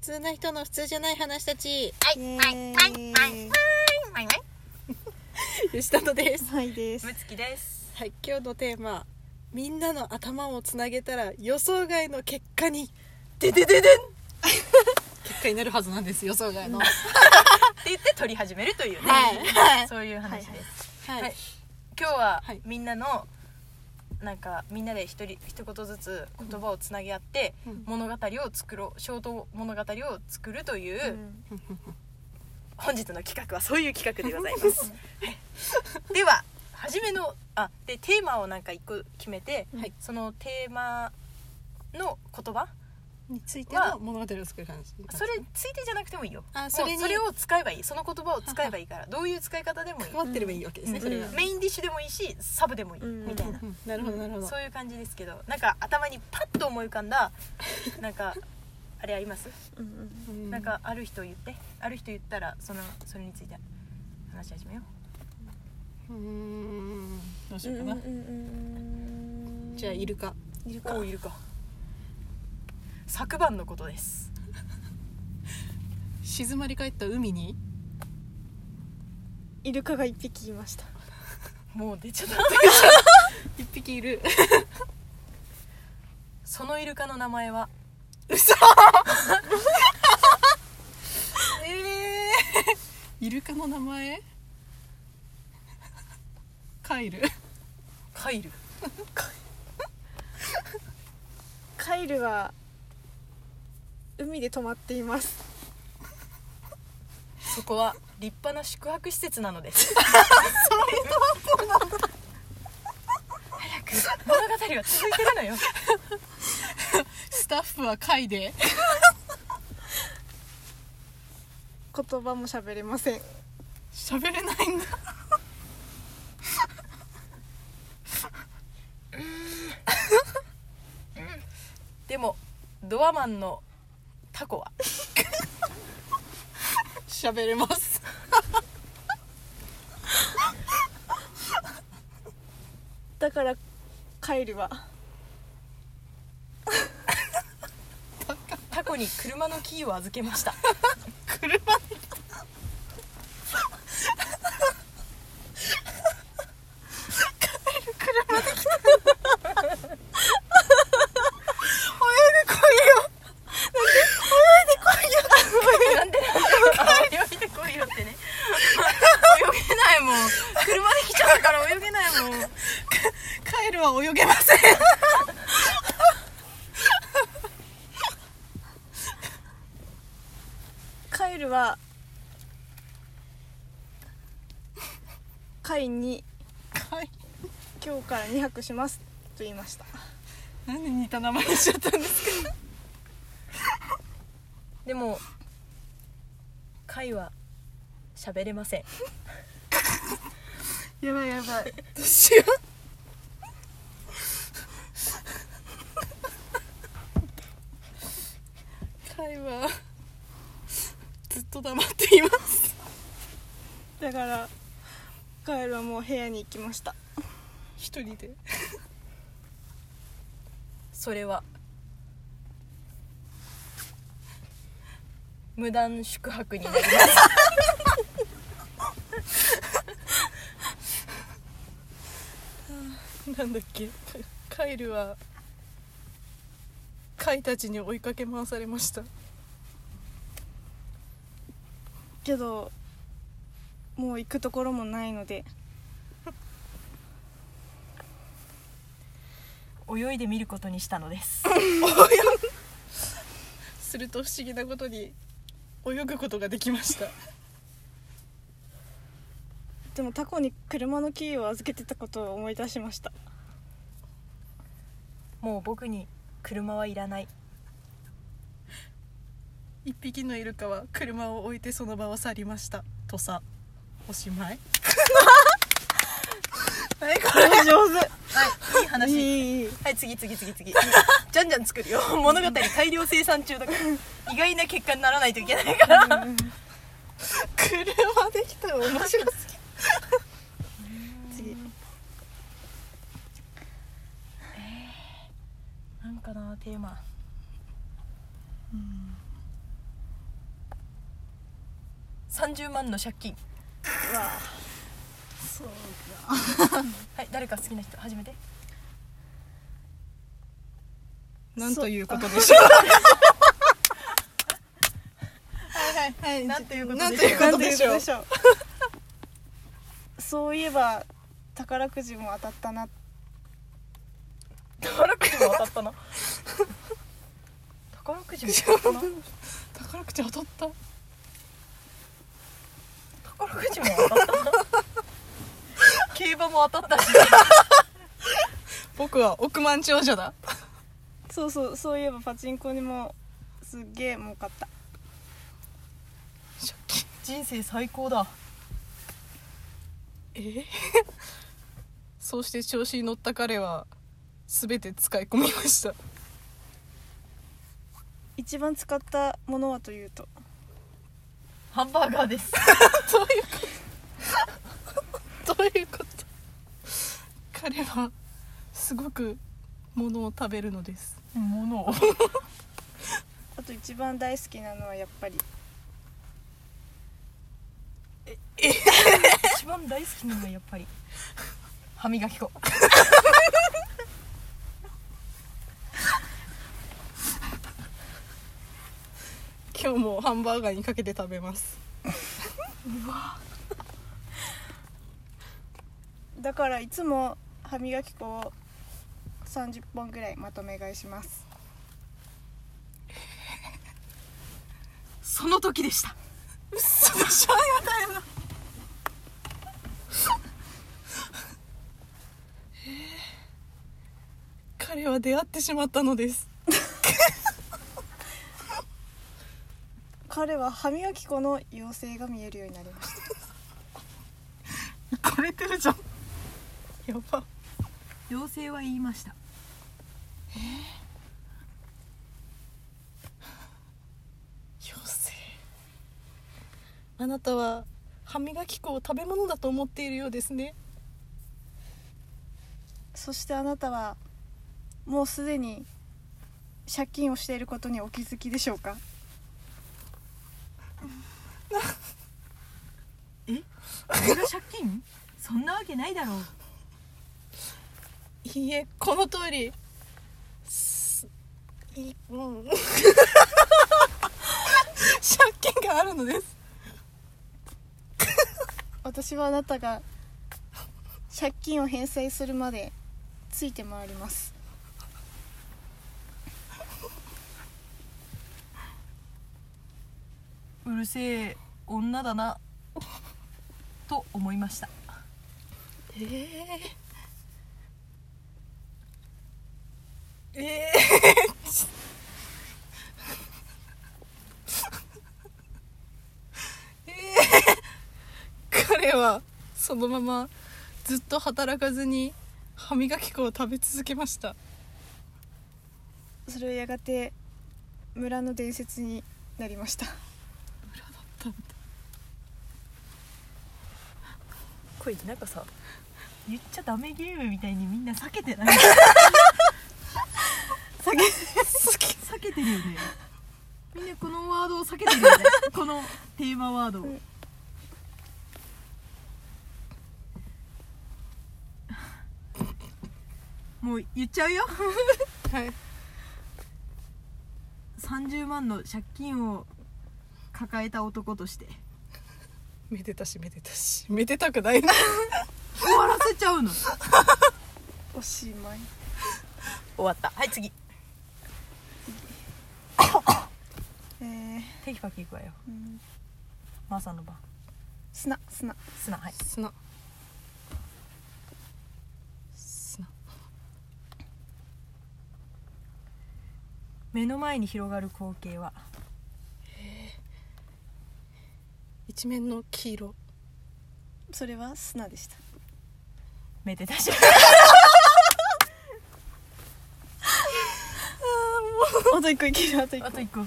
通な人の普通じゃない話たちはいイエーイはいはいはいはいはい吉田ですはいですむつきですはい今日のテーマみんなの頭をつなげたら予想外の結果にででででん結果になるはずなんです予想外のはって言って撮り始めるというね、はいはいそういう話です、い、はい今日ははいみんなの、なんかみんなで一人一言ずつ言葉をつなぎ合って、うん物語を作ろうショート物語を作るという、うん本日の企画はそういう企画でございます。 はいでは初めのあでテーマをなんか一個決めて、はいそのテーマの言葉についての物語を作る感じそれついてじゃなくてもいいよ。あそれもにうそれを使えばいいその言葉を使えばいいからどういう使い方でもいい関わ。ってればいいわけですね、うんそれが、メインディッシュでもいいしサブでもいい、うんみたいなう。んなるほどなるほど、そういう感じですけどなんか頭にパッと思い浮かん だなんかあれあります、うんうんなんかある人言ってある人言ったらそのそれについて話し始めよううーんどうしうよんうかうんな、うんうんじゃあイルカいるかおういるか昨晩のことです静まり返った海にイルカが一匹いましたもう出ちゃった 一匹いるそのイルカの名前は嘘えー、イ ルカの名前カイルカイルカイルが海で止まっていますそこは立派な宿泊施設なのです それとは早く物語は続いてるのよスタッフはカイで言葉も喋れません喋れないんだでもドアマンのタコは喋れますだからカイルはタコに車のキーを預けま した車なんで泳いでこいよってね泳げないもん車で来ちゃったから泳げないもんカイルは泳げませんカイルはカイにカイ今日から2泊しますと言いましたなんで似た名前にしちゃったんですかでも貝は喋れませんやばいやばいどうしようカイはずっと黙っていますだからカエルはもう部屋に行きました一人でそれは無断宿泊になりますなんだっけカイルはカイたちに追いかけ回されましたけどもう行くところもないので泳いでみることにしたのですすると不思議なことに泳ぐことができましたでもタコに車のキーを預けてたことを思い出しましたもう僕に車はいらない一匹のイルカは車を置いてその場を去りましたとさおしまい上はいいい話手いいいいはい次次次次じゃんじゃん作るよ物語大量生産中だから意外な結果にならないといけないから車できたら面白すぎる次なんかなテーマ30万の借金そうはい誰か好きな人始めてかなんということでしょうはいはいはいなんていうことなんでていしょううことでしょうしょう そういえば宝くじも当たったな宝くじも当たったな宝くじも当たったな宝くじ当たった宝くじも当たったな競馬も当たったし僕は億万長者だそうそうそういえばパチンコにもすっげえ儲かった借金人生最高だえーそうして調子に乗った彼は全て使い込みました一番使ったものはというとハンバーガーですどういうことどういうこと彼はすごくものを食べるのです物をあと一番大好きなのはやっぱり一番大好きなのはやっぱり歯磨き粉今日もハンバーガーにかけて食べますだからいつも歯磨き粉を30本ぐらいまとめ買いしますその時でした嘘でしょやだやだえー彼は出会ってしまったのです彼は歯磨き粉の妖精が見えるようになりましたいかれてるじゃんやば妖精は言いました妖精あなたは歯磨き粉を食べ物だと思っているようですねそしてあなたはもうすでに借金をしていることにお気づきでしょうか俺が借金そんなわけないだろういいえこの通りすいいうん借金があるのです私はあなたが借金を返済するまでついて回りますうるせえ女だなと思いましたええええええ彼はそのままずっと働かずに歯磨き粉を食べ続けましたそれはやがて村の伝説になりましたこれなんかさ言っちゃダメゲームみたいにみんな避けてない避け避けてるよねみんなこのワードを避けてるよねこのテーマワードを、うんもう言っちゃうよはい30万の借金を抱えた男としてめでたしめでたしめでたくないな終わらせちゃうの終おしまいわったはい次えー、テキパキいくわようんマサの番砂砂砂はい砂砂目の前に広がる光景は一面の黄色それは砂で しためでたしあと一個いけるあと一 個あと一個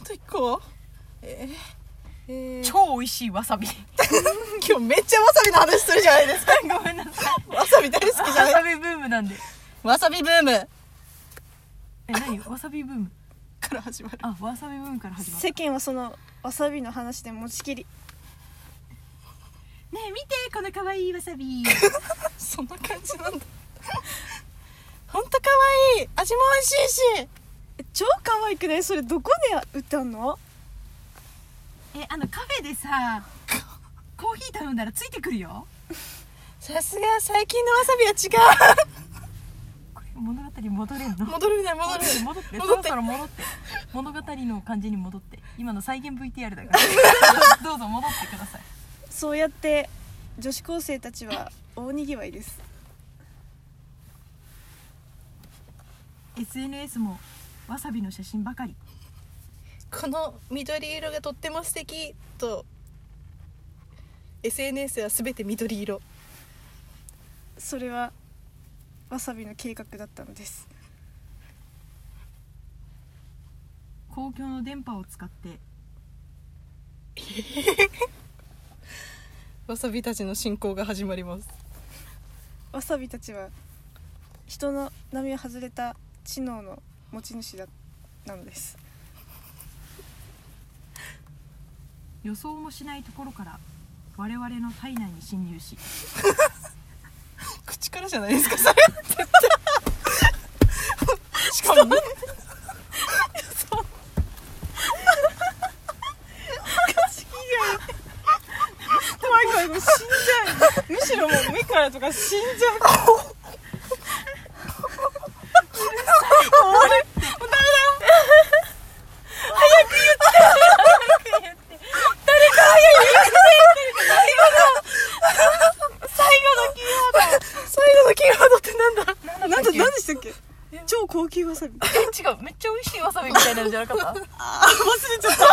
あと一個はえー、えー超美味しいわさび今日めっちゃわさびの話するじゃないですか ごめんなさいわさび大好きじわゃないさびブームなんでわさびブームえ何わさびブームから始まるあわさびブームから始まった世間はそのわさびの話で持ちきりねえ見てこの可愛いわさ びそんな感じなんだほんとかわいい味も美味しいしえ超可愛くないそれどこで売ったのえあのカフェでさコーヒー頼んだらついてくるよさすが最近のわさびはこれ物語戻れんの違う戻れない戻れない戻って戻ってそろそろ戻 って物語の感じに戻って今の再現 VTR だからどうぞ戻ってくださいそうやって女子高生たちは大にぎわいです SNS もわさびの写真ばかりこの緑色がとっても素敵と SNS は全て緑色それはわさびの計画だったのです公共の電波を使ってわさびたちの進行が始まりますわさびたちは人の波を外れた知能の持ち主だなのです予想もしないところから我々の体内に侵入し口からじゃないですかそれしかも怖い怖いもう死んじゃうむしろもう目からとか死んじゃう最後のキーワードってなんだなんだ何でしたっけ超高級わさびえ違うめっちゃ美味しいわさびみたいなのじゃなかった